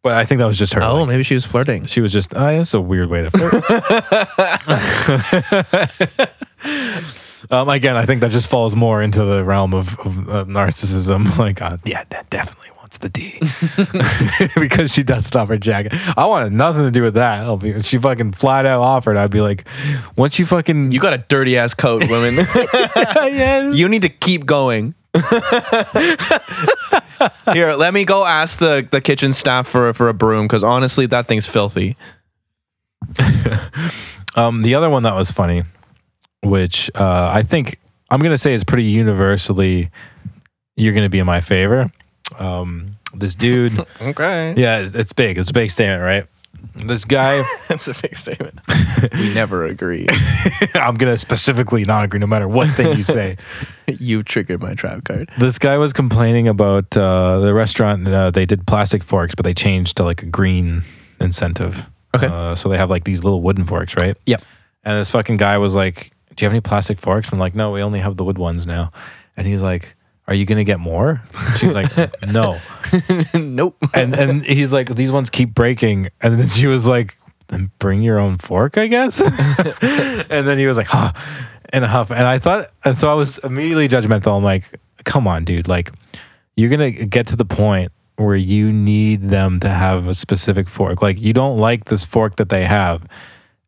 S3: but I think that was just her.
S2: Oh,
S3: like,
S2: maybe she was flirting.
S3: she was just. Oh, that's a weird way to. Flirt. um, again, I think that just falls more into the realm of, of, of narcissism. (laughs) Like, uh, yeah, that definitely wants the D. (laughs) because she dusted off her jacket. I wanted nothing to do with that. I'll be, she fucking flat out offered. I'd be like, once you fucking, (laughs) Ah,
S2: You got a dirty ass coat, woman. (laughs)
S3: yes.
S2: you need to keep (laughs) going. Here, let me go ask the, the kitchen staff for for a broom because honestly, that thing's filthy.
S3: um, the other one that was funny, which uh, I think I'm gonna say is pretty universally, you're gonna be in my favor. Um, this dude,
S2: Okay,
S3: yeah, it's, it's big. It's a big statement, right? This (laughs) guy,
S2: (laughs) that's a big statement. (laughs) we never agree.
S3: I'm gonna specifically not agree, no matter what thing you say.
S2: (laughs) you triggered my trap card.
S3: (laughs) This guy was complaining about uh, the restaurant. Uh, they did plastic forks, but they changed to like a green incentive.
S2: Okay.
S3: Uh, so they have like these little wooden forks, right?
S2: Yep.
S3: And this fucking guy was like, "Do you have any plastic forks?" I'm like, "No, we only have the wood ones now." And he's like, "Are you gonna get more?" She's (laughs) like, "No."
S2: (laughs) nope.
S3: And and he's like, "These ones keep breaking." And then she was like, "Then "Bring your own fork, I guess." (laughs) and then he was like, "Huh," and a huff. And I thought, and so I was immediately judgmental. I'm like, "Come on, dude! Like, you're gonna get to the point." Where you need them to have a specific fork. Like, you don't like this fork that they have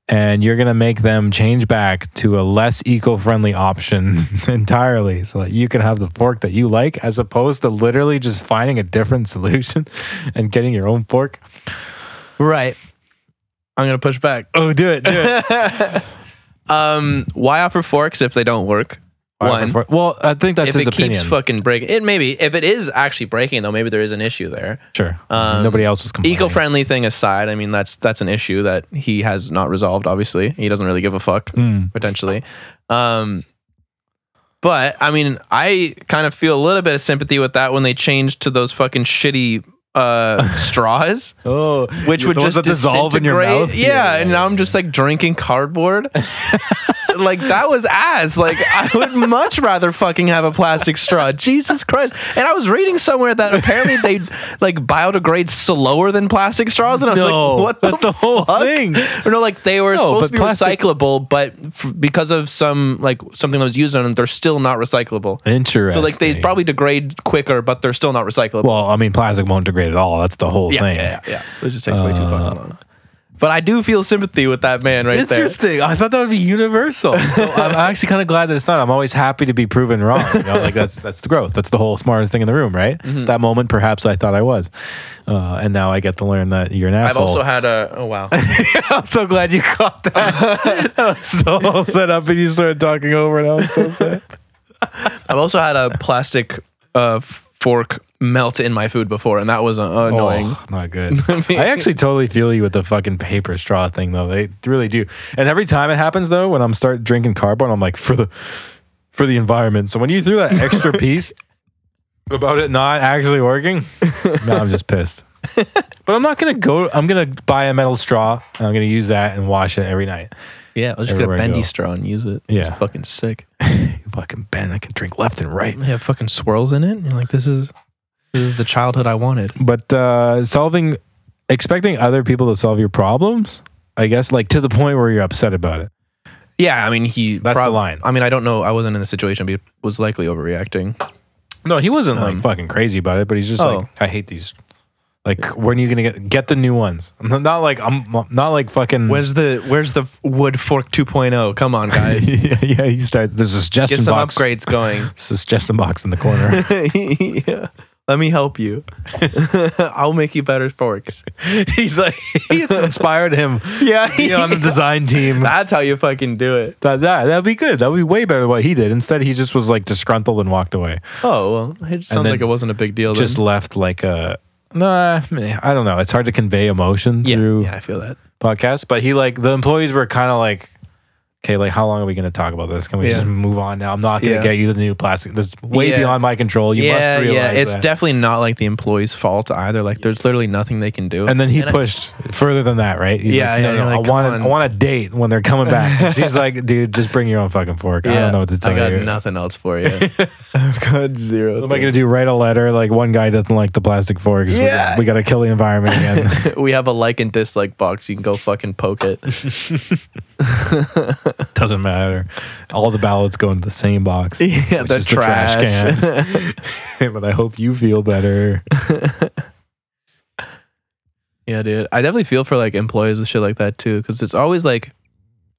S3: and you're going to make them change back to a less eco-friendly option (laughs) entirely so that you can have the fork that you like as opposed to literally just finding a different (laughs) solution and getting your own fork
S2: Right. I'm gonna push back.
S3: oh do it do (laughs) it
S2: Um, why offer forks if they don't work? One.
S3: well i think that's
S2: If
S3: his
S2: it
S3: opinion
S2: keeps fucking breaking, it maybe if it is actually breaking though, maybe there is an issue there.
S3: sure
S2: Um,
S3: nobody else was complaining
S2: eco-friendly thing aside i mean that's that's an issue that he has not resolved obviously he doesn't really give a fuck
S3: Mm.
S2: potentially um but i mean i kind of feel a little bit of sympathy with that when they changed to those fucking shitty uh (laughs) straws
S3: oh
S2: which
S3: the
S2: would just
S3: ones that dissolve in your
S2: disintegrate.
S3: mouth (laughs)
S2: yeah, and now i'm just like drinking cardboard like that was ass. Like I would much rather fucking have a plastic
S3: (laughs)
S2: straw. Jesus Christ! And I was reading somewhere that apparently they like biodegrade slower than plastic straws, and I was
S3: No,
S2: like, what the,
S3: that's the whole
S2: (laughs) fuck?
S3: thing.
S2: Or no, like they were supposed
S3: but
S2: to be
S3: plastic-
S2: recyclable, but f- because of some like something that was used on them, they're still not recyclable. So
S3: Interesting.
S2: like they probably degrade quicker, but they're still not recyclable.
S3: Well, I mean, plastic won't degrade at all. That's the whole
S2: yeah,
S3: thing.
S2: yeah, yeah, yeah. It just takes way too fucking long. But I do feel sympathy with that man right there.
S3: Interesting. I thought that would be universal.
S2: (laughs)
S3: So I'm actually kind of glad that it's not. I'm always happy to be proven wrong. You know, like that's that's the growth. That's the whole smartest thing in the room, right?
S2: Mm-hmm.
S3: That moment, perhaps I thought I was, uh, and now I get to learn that you're an
S2: I've
S3: asshole.
S2: also had a oh (laughs) wow.
S3: I'm so glad you (laughs) caught that. that was the whole setup, and you started talking over, and I was so sad.
S2: I've also had a plastic uh, f- fork melt in my food before, and that was uh, annoying.
S3: Oh,
S2: (laughs)
S3: not good. I,
S2: mean-
S3: actually totally feel you with the fucking paper straw thing, though. They really do. And every time it happens, though, when I'm start drinking cardboard, I'm like for the for the environment. So when you threw
S2: (laughs)
S3: that extra piece about it not actually working, no, I'm just pissed. but I'm not gonna go. I'm gonna buy a metal straw and I'm gonna use that and wash it every night.
S2: Yeah, I'll just
S3: Everywhere I
S2: get a bendy
S3: go.
S2: straw and use it.
S3: Yeah.
S2: it's fucking sick.
S3: Fucking Ben, I can drink left and right.
S2: Yeah, it fucking swirls in it. You're like, this is this is the childhood I wanted.
S3: but uh, solving expecting other people to solve your problems i guess like to the point where you're upset about it
S2: Yeah, I mean he.
S3: That's the line.
S2: I mean, I don't know. I wasn't in the situation, but he was likely overreacting.
S3: Hmm. no he wasn't like fucking crazy about it but he's just
S2: Oh.
S3: like i hate these like when are you gonna get get the new ones (laughs) not like i'm not like fucking
S2: Where's the Where's the wood fork 2.0? Come on, (laughs) guys,
S3: yeah, yeah he starts there's a suggestion
S2: get some
S3: box
S2: upgrades going.
S3: suggestion box in
S2: (laughs)
S3: the corner (laughs)
S2: yeah. Let me help you. (laughs) I'll make you better forks.
S3: (laughs) he's like he's inspired him
S2: (laughs) Yeah,
S3: you know, on the
S2: (laughs)
S3: design team
S2: that's how you fucking do it.
S3: that, that that'd be good that'd be way better than what he did instead he just was like disgruntled and walked away
S2: Oh well, it sounds
S3: then
S2: like it wasn't a big deal.
S3: just
S2: then.
S3: left like a nah, I don't know. It's hard to convey emotion
S2: yeah,
S3: through
S2: yeah, I feel that.
S3: podcast, but he like the employees were kind of like, okay, like how long are we going to talk about this? Can we
S2: Yeah.
S3: just move on now? I'm not going to
S2: Yeah.
S3: get you the new plastic. This is way
S2: Yeah.
S3: beyond my control. You
S2: yeah,
S3: must realize
S2: yeah, it's
S3: that.
S2: definitely not like the employee's fault either. Like, there's literally nothing they can do.
S3: and then he
S2: I-
S3: pushed further than that, right? He's
S2: Yeah,
S3: like, no,
S2: yeah,
S3: no,
S2: like,
S3: I
S2: come
S3: want,
S2: on.
S3: a, I want a date when they're
S2: (laughs)
S3: coming back. And She's like, dude, just bring your own fucking fork. I
S2: Yeah,
S3: don't know what to tell
S2: I got
S3: you.
S2: nothing else
S3: (laughs)
S2: for you. I've got zero.
S3: What am I gonna do? Write a letter like one guy doesn't like the plastic forks. We
S2: Yeah.
S3: gotta- we gotta kill the environment
S2: (laughs)
S3: again. (laughs)
S2: we have a like and dislike box. You can go fucking poke it.
S3: Doesn't matter. All the ballots go into the same
S2: (laughs)
S3: box.
S2: Yeah,
S3: which
S2: the
S3: is
S2: trash.
S3: (laughs) can. but I hope you
S2: (laughs)
S3: feel better.
S2: Yeah, dude. I definitely feel for like employees and shit like that too, because it's always like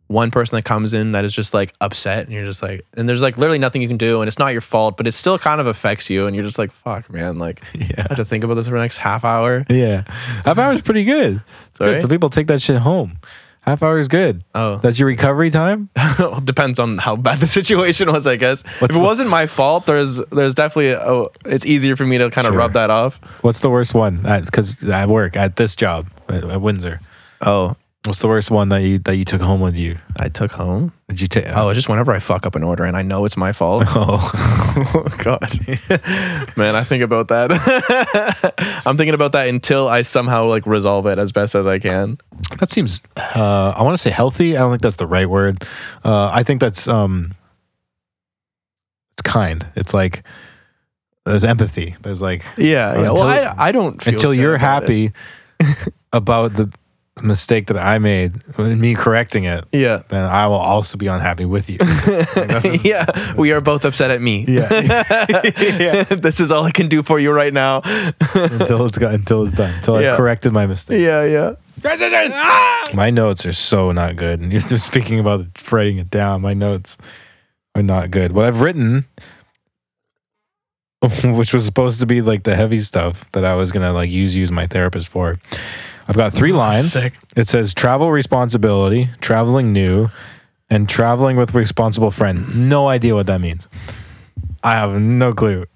S2: one person that comes in that is just like upset, and you're just like, and there's like literally nothing you can do, and it's not your fault, but it still kind of affects you, and you're just like, fuck, man, like I
S3: Yeah.
S2: have to think about this for the next half hour.
S3: Yeah. Half hour is pretty good. It's
S2: Sorry?
S3: good. So people take that shit home. Half hour is good.
S2: Oh. (laughs)
S3: That's your recovery time?
S2: Well, depends on how bad the (laughs) situation was, I guess. if
S3: What's
S2: it
S3: the-
S2: wasn't my fault, there's there's definitely a, it's easier for me to kind of
S3: Sure.
S2: rub that off.
S3: What's the worst one? Because I work at this job at, at Windsor.
S2: Oh,
S3: What's the worst one that you that you took home with you?
S2: I took home.
S3: Did you take? (laughs)
S2: Oh, just whenever I fuck up an order and I know it's my fault. (laughs) oh god man i think about that (laughs) i'm thinking about that until i somehow like resolve it as best as i can
S3: that seems. Uh, I want to say healthy. I don't think that's the right word. Uh, I think that's um, it's kind. It's like there's empathy. There's like
S2: yeah,
S3: yeah.
S2: well
S3: Well,
S2: i, I don't feel
S3: until
S2: good
S3: you're
S2: about it.
S3: happy (laughs) about the mistake that I made, and me correcting it,
S2: yeah
S3: then I will also be unhappy with you. Like, this
S2: (laughs)
S3: is-
S2: yeah we are both upset at me (laughs)
S3: yeah.
S2: this is all i can do for you right now
S3: until it's got, until it's done. Until
S2: Yeah.
S3: I corrected my
S2: (laughs)
S3: mistake.
S2: yeah yeah
S3: My notes are so not good. And you're just speaking about writing it down. My notes are not good. What I've written, (laughs) which was supposed to be like the heavy stuff that I was gonna like use use my therapist for. I've
S2: (laughs)
S3: got three lines.
S2: Sick.
S3: It says travel responsibility, traveling new, and traveling with responsible friend. No idea what that means. I have no clue. (laughs)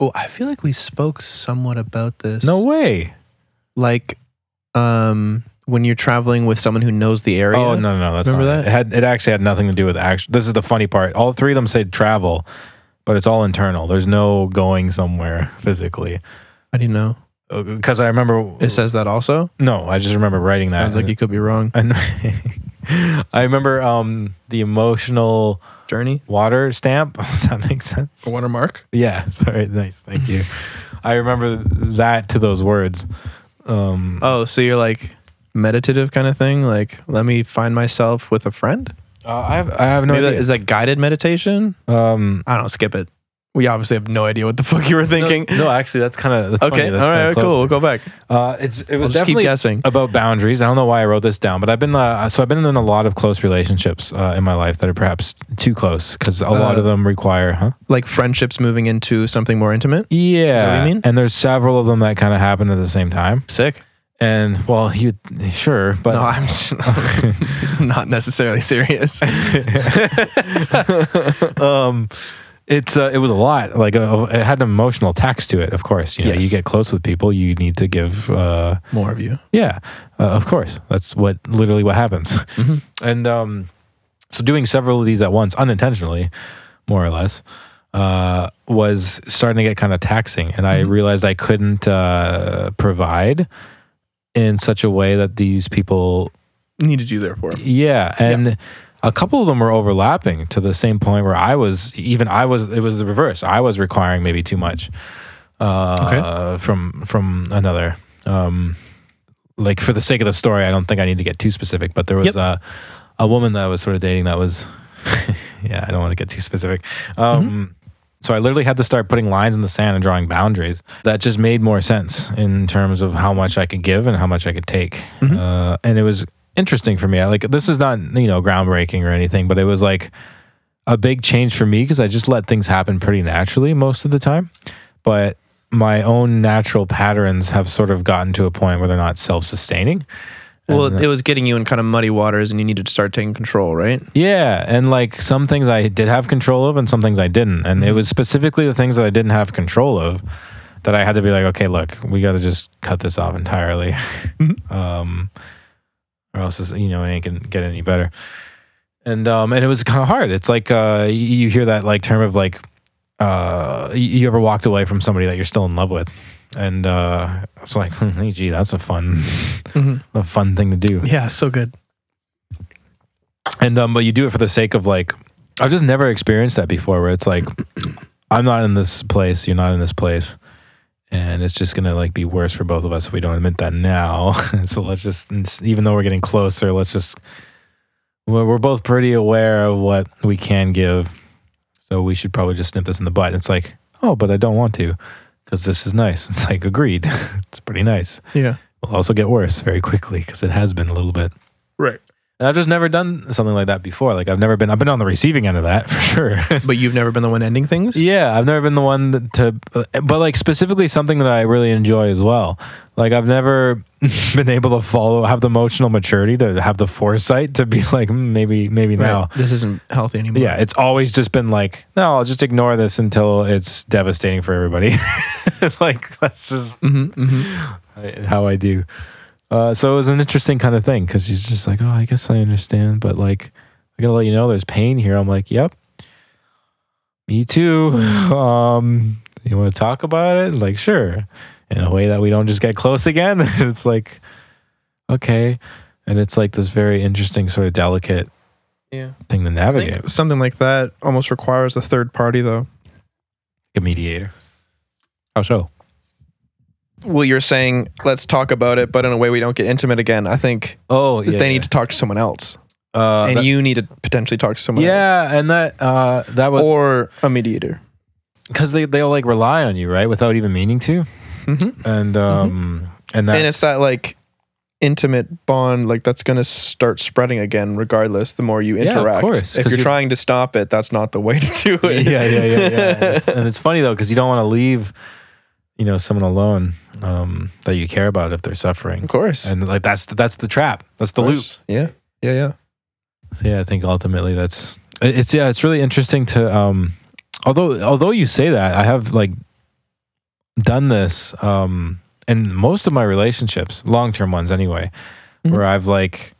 S2: oh i feel like we spoke somewhat about this
S3: no way.
S2: like um when you're traveling with someone who knows the area
S3: Oh no, no, that's
S2: Remember that?
S3: not It. It had it actually had nothing to do with action. This is the funny part. All three of them said travel, but it's all internal. There's no going somewhere (laughs) physically.
S2: i didn't know
S3: Because I remember
S2: it says that also
S3: no, I just remember writing that.
S2: sounds like you could be wrong
S3: (laughs) and I remember um, the emotional
S2: Journey.
S3: water stamp. (laughs) Does that make
S2: Oh.
S3: sense?
S2: Watermark.
S3: Yeah. (laughs) Sorry. Nice. Thank you. I remember that to those words. Um,
S2: Oh, so you're like meditative kind of thing? Like, let me find myself with a friend?
S3: uh, I have I have no
S2: Maybe that,
S3: idea.
S2: is that guided meditation?
S3: um,
S2: I don't skip it. We obviously have no idea what the (laughs) fuck you were thinking.
S3: No, actually, that's kind of that's
S2: okay.
S3: Funny. That's
S2: all right.
S3: kinda
S2: Cool. We'll go
S3: close.
S2: back.
S3: Uh, it's it was
S2: just keep
S3: definitely
S2: guessing.
S3: about boundaries. I don't know why I wrote this down, but I've been uh, so I've been in a lot of close relationships uh, in my life that are perhaps too close because a lot
S2: Uh,
S3: of them require, huh?
S2: Like friendships moving into something more intimate.
S3: Yeah.
S2: what you mean?
S3: And there's several of them that kind of happen at the same time.
S2: Sick.
S3: And well, you sure, but
S2: No, I'm just not (laughs) necessarily serious.
S3: (laughs) um, it's uh, it was a lot. Like uh, it had an emotional tax to it. Of course, you know,
S2: Yes.
S3: you get close with people, you need to give. Uh,
S2: More of you.
S3: yeah, uh, of course, that's what literally what happens. And um, so doing several of these at once, unintentionally, more or less. Uh, was starting to get kind of taxing, and I realized I couldn't uh, provide in such a way that these people
S2: Needed you there for. it.
S3: yeah, and a couple of them were overlapping to the same point where I was even I was it was the reverse. I was requiring maybe too much uh, from from another. Um, like for the sake of the story, I don't think I need to get too specific, but there was
S2: Yep.
S3: a a woman that I was sort of dating that was (laughs) yeah, I don't want to get too specific. Um, So I literally had to start putting lines in the sand and drawing boundaries. That just made more sense in terms of how much I could give and how much I could take. Uh, and it was interesting for me. I, like this is not you know groundbreaking or anything, but it was like a big change for me because I just let things happen pretty naturally most of the time. But my own natural patterns have sort of gotten to a point where they're not self-sustaining.
S2: Well, it was getting you in kind of muddy waters, and you needed to start taking control, right?
S3: Yeah, and like some things I did have control of, and some things I didn't, and it was specifically the things that I didn't have control of that I had to be like, okay, look, we got to just cut this off entirely, (laughs) um, or else this, you know it ain't gonna get any better. And um, and it was kind of hard. It's like uh, y- you hear that like term of like, uh, y- you ever walked away from somebody that you're still in love with, and uh, it's like, (laughs) hey, gee, that's a fun, (laughs) a fun thing to do.
S2: Yeah, so good.
S3: And um, but you do it for the sake of like, I've just never experienced that before, where it's like, (clears throat) I'm not in this place, you're not in this place, and it's just gonna like be worse for both of us if we don't admit that now. (laughs) so let's just, even though we're getting closer, let's just, we're, we're both pretty aware of what we can give, so we should probably just snip this in the butt. And it's like, oh, but I don't want to, because this is nice. (laughs) It's like agreed, it's pretty nice.
S2: Yeah.
S3: Will also get worse very quickly because it has been a little bit.
S2: Right.
S3: And I've just never done something like that before. Like I've never been. I've been on the receiving end of that (laughs) for sure.
S2: But you've never been the one ending things?
S3: yeah, I've never been the one that to, but like specifically something that I really enjoy as well. Like I've never (laughs) been able to follow, have the emotional maturity to have the foresight to be (laughs) like "Hmm, maybe, maybe
S2: Right.
S3: now.
S2: This isn't healthy anymore.
S3: Yeah, it's always just been like, no, I'll just ignore this until it's devastating for everybody. (laughs) like that's just mm-hmm. I- how I do. Uh, so it was an interesting kind of thing because she's just like, oh, I guess I understand, but like, I gotta let you know there's pain here. I'm like, yep, me too.
S2: Hmm.
S3: (laughs) Um, you want to talk about it? Like, sure. In a way that we don't just get close again. (laughs) it's like, okay, and it's like this very interesting sort of delicate
S2: Yeah.
S3: thing to
S2: I think
S3: navigate.
S2: something like that almost requires a third party, though.
S3: a mediator. How so?
S2: Well, you're saying, let's talk about it, but in a way we don't get intimate again. I think
S3: Oh,
S2: they need to talk to someone else.
S3: uh,
S2: and
S3: that-
S2: you need to potentially talk to someone else.
S3: yeah, and that uh, that was
S2: Or a mediator.
S3: because they they'll like rely on you, right, without even meaning to,
S2: Mhm.
S3: and um, and that's,
S2: and it's that like intimate bond like that's going to start spreading again regardless the more you
S3: Yeah, of
S2: interact
S3: course,
S2: if
S3: 'cause
S2: you're,
S3: you're-
S2: trying to stop it that's not the way to do it
S3: (laughs) yeah, yeah, yeah, yeah. And it's, and it's funny though because you don't want to leave, you know, someone alone um, that you care about if they're suffering,
S2: (laughs) of course
S3: and like that's the, that's the trap, that's the
S2: Of
S3: loop.
S2: course. yeah yeah yeah
S3: So, yeah, I think ultimately that's it- it's yeah, it's really interesting to um although although you say that, I have like done this um in most of my relationships, long-term ones anyway,
S2: Mhm.
S3: where I've like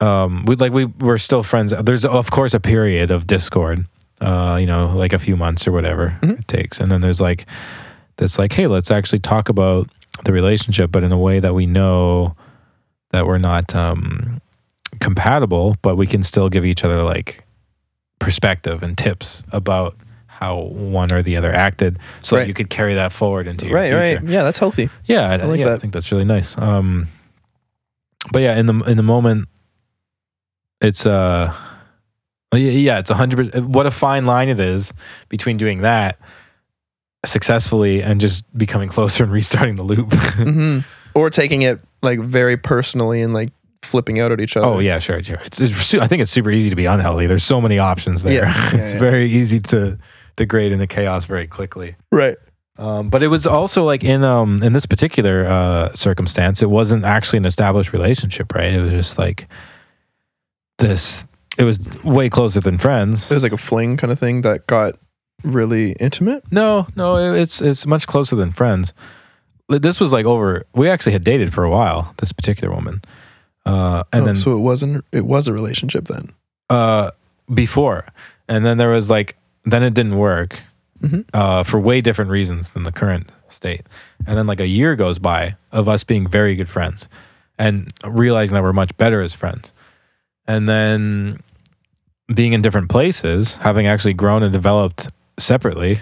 S3: um we like we we're still friends. There's of course a period of discord, uh you know, like a few months or whatever
S2: Mhm.
S3: it takes. And then there's like that's like, "Hey, let's actually talk about the relationship but in a way that we know that we're not um compatible, but we can still give each other like perspective and tips about how one or the other acted, so
S2: Right.
S3: that you could carry that forward into your
S2: Right,
S3: future.
S2: right. Yeah, that's healthy.
S3: Yeah, I,
S2: like
S3: yeah, I
S2: that.
S3: think that's really nice. Um, but yeah, in the in the moment, it's uh, yeah, yeah, it's a hundred. percent What a fine line it is between doing that successfully and just becoming closer and restarting
S2: (laughs)
S3: the loop.
S2: hmm Or taking it like very personally and like flipping out at each other.
S3: oh yeah, sure, sure. It's, it's su- I think it's super easy to be unhealthy. There's so many options there. (laughs)
S2: Yeah, yeah,
S3: it's
S2: yeah.
S3: very easy to degrade into chaos very quickly.
S2: Right.
S3: Um, but it was also like in um in this particular uh circumstance, it wasn't actually an established relationship, right? It was just like this. It was way closer than friends.
S2: It was like a fling kind of thing that got really intimate.
S3: no, no, it- it's it's much closer than friends. Li- This was like over. We actually had dated for a while. This particular woman, uh, and
S2: Oh,
S3: then
S2: so it wasn't. It was a relationship then.
S3: uh, before, and then there was like then it didn't work
S2: Mhm.
S3: uh, for way different reasons than the current state, and then like a year goes by of us being very good friends and realizing that we're much better as friends, and then being in different places, having actually grown and developed separately.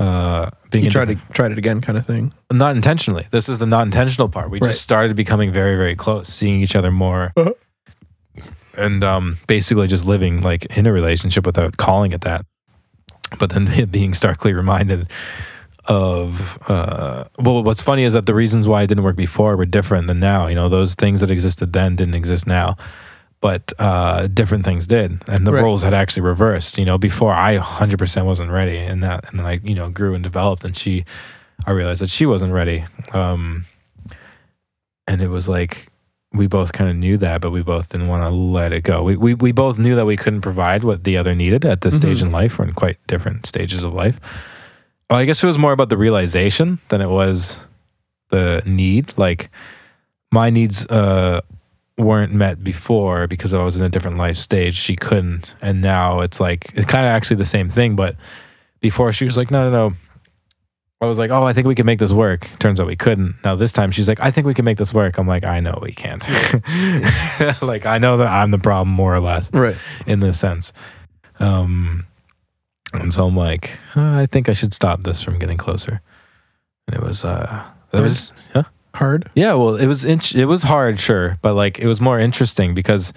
S3: Uh, being
S2: You
S3: in
S2: tried
S3: different-
S2: to tried it again, kind of thing.
S3: not intentionally. This is the not intentional part. We
S2: Right.
S3: just started becoming very, very close, seeing each other more,
S2: Uh-huh.
S3: and um, basically just living like in a relationship without calling it that. But then (laughs) being starkly reminded of uh, well, what's funny is that the reasons why it didn't work before were different than now. You know, those things that existed then didn't exist now. But uh, different things did, and the
S2: Right.
S3: roles had actually reversed. You know, before I 100% wasn't ready, and that, and then I, you know, grew and developed, and she I realized that she wasn't ready. Um, and it was like we both kind of knew that, but we both didn't want to let it go. We, we we both knew that we couldn't provide what the other needed at this stage in life. We're in quite different stages of life. Well, I guess it was more about the realization than it was the need. Like my needs uh, weren't met before because I was in a different life stage. She couldn't, and now it's like it's kind of actually the same thing. But before she was like, no, no, no. I was like, oh, I think we can make this work. Turns out we couldn't. Now this time she's like, I think we can make this work. I'm like, I know we can't. (laughs) like I know that I'm the problem more or less
S2: Right.
S3: in this sense. Um, and so I'm like, "Uh, I think I should stop this from getting closer. And it was, uh, that was, huh?
S2: Hard.
S3: Yeah, well, it was int- it was hard, sure, but like it was more interesting because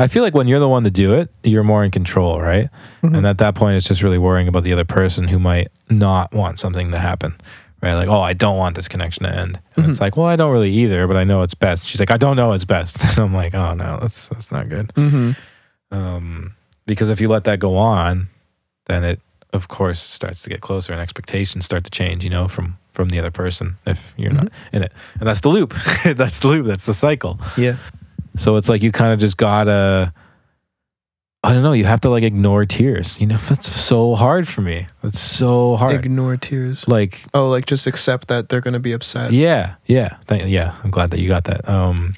S3: I feel like when you're the one to do it, you're more in control, right? And at that point, it's just really worrying about the other person who might not want something to happen, right? Like, oh, I don't want this connection to end, and it's like, well, I don't really either, but I know it's best. She's like, I don't know it's best, (laughs) and I'm like, oh no, that's that's not good
S2: Mm-hmm.
S3: um, because if you let that go on, then it of course starts to get closer, and expectations start to change. You know, from from the other person if you're not
S2: Mm-hmm.
S3: in it, and that's the loop. (laughs) that's the loop. That's the cycle.
S2: Yeah.
S3: So it's like you kind of just gotta. I don't know. You have to like ignore tears. You know, (laughs) that's so hard for me. That's so hard.
S2: Ignore tears.
S3: like
S2: Oh, like just accept that they're gonna be upset.
S3: yeah, yeah, Thank- yeah. I'm glad that you got that. Um,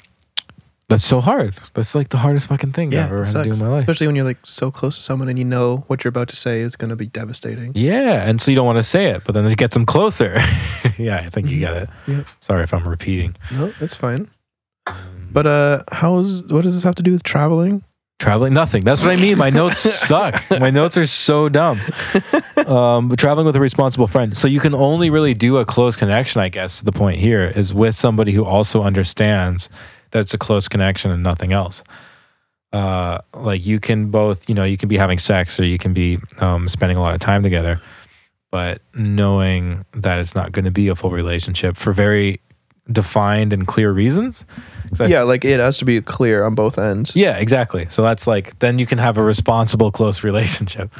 S3: that's so hard. That's like the hardest fucking thing
S2: Yeah,
S3: I've ever
S2: it
S3: had to do in
S2: sucks.
S3: my life.
S2: Especially when you're like so close to someone and you know what you're about to say is gonna be devastating.
S3: Yeah, and so you don't want to say it, but then it gets them closer. (laughs) yeah, I think you get it.
S2: Yeah.
S3: Sorry if I'm repeating.
S2: No, that's fine. But uh, how's what does this have to do with (laughs) traveling?
S3: Traveling, nothing. That's what I mean. My notes suck. My notes are so dumb. Um, but traveling with a responsible friend. So you can only really do a close connection, I guess. The point here is with somebody who also understands that it's a close connection and nothing else. Uh, like you can both, you know, you can be having sex or you can be um, spending a lot of time together, but knowing that it's not going to be a full relationship for very defined and clear reasons. 'Cause I
S2: yeah, like it has to be clear on both ends.
S3: yeah, exactly. So that's like then you can have a responsible close (laughs) relationship.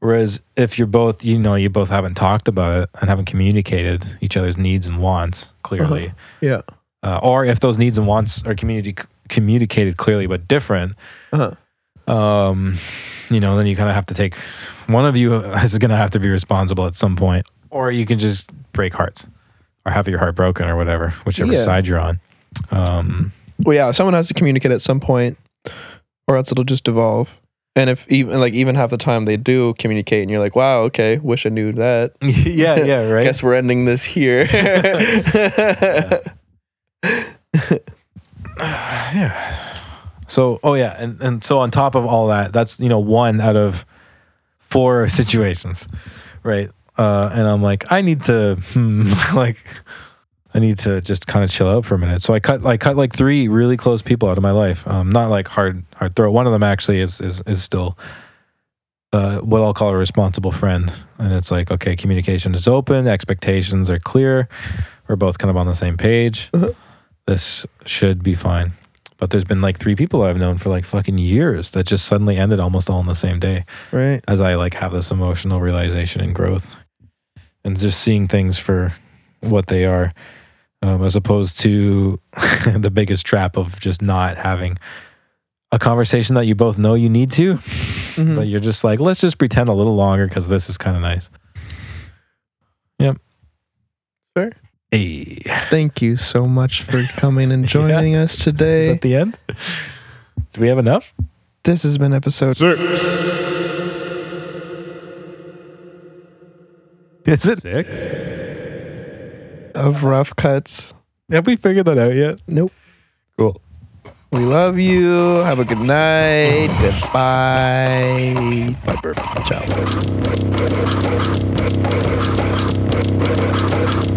S3: Whereas if you're both, you know, you both haven't talked about it and haven't communicated each other's needs and wants clearly,
S2: Yeah.
S3: uh or if those needs and wants are community communicated clearly but different,
S2: Uh-huh.
S3: um, you know, then you kind of have to take one of you (laughs) is going to have to be responsible at some point, or you can just break hearts or have your heart broken or whatever, whichever
S2: Yeah.
S3: side you're on. Um, (laughs)
S2: Well, yeah, someone has to communicate at some point, or else it'll just devolve. And if even like even half the time they do communicate, and you're like, wow, okay, wish I knew that.
S3: yeah, yeah, right.
S2: Guess we're ending this (laughs) here.
S3: yeah. So, oh yeah, and and so on top of all that, that's you know one out of four (laughs) situations, right? Uh, and I'm like, I need to, hmm, (laughs) like, I need to just kind of chill out for a minute. So I cut, I cut like three really close people out of my life. Um, not like hard, hard throw. One of them actually is is is still. Uh, what I'll call a responsible friend. And it's like, okay, communication is open, expectations are clear. We're both kind of on the same page. This should be fine. But there's been like three people I've known for like fucking years that just suddenly ended almost all on the same day
S2: Right.
S3: as I like have this emotional realization and growth and just seeing things for what they are um, as opposed to (laughs) the biggest trap of just not having a conversation that you both know you need to
S2: Mm-hmm.
S3: but you're just like let's just pretend a little longer because this is kind of nice yep
S2: Fair.
S3: hey
S2: Thank you so much for coming (laughs) and
S3: Yeah.
S2: joining us
S3: is
S2: today.
S3: that the end (laughs) do we have enough
S2: this has been episode.
S3: is it
S1: Six.
S2: of rough cuts.
S3: have we figured that out yet
S2: Nope.
S3: cool
S2: We love you. Have a good night. Goodbye.
S3: my birthday
S2: Ciao.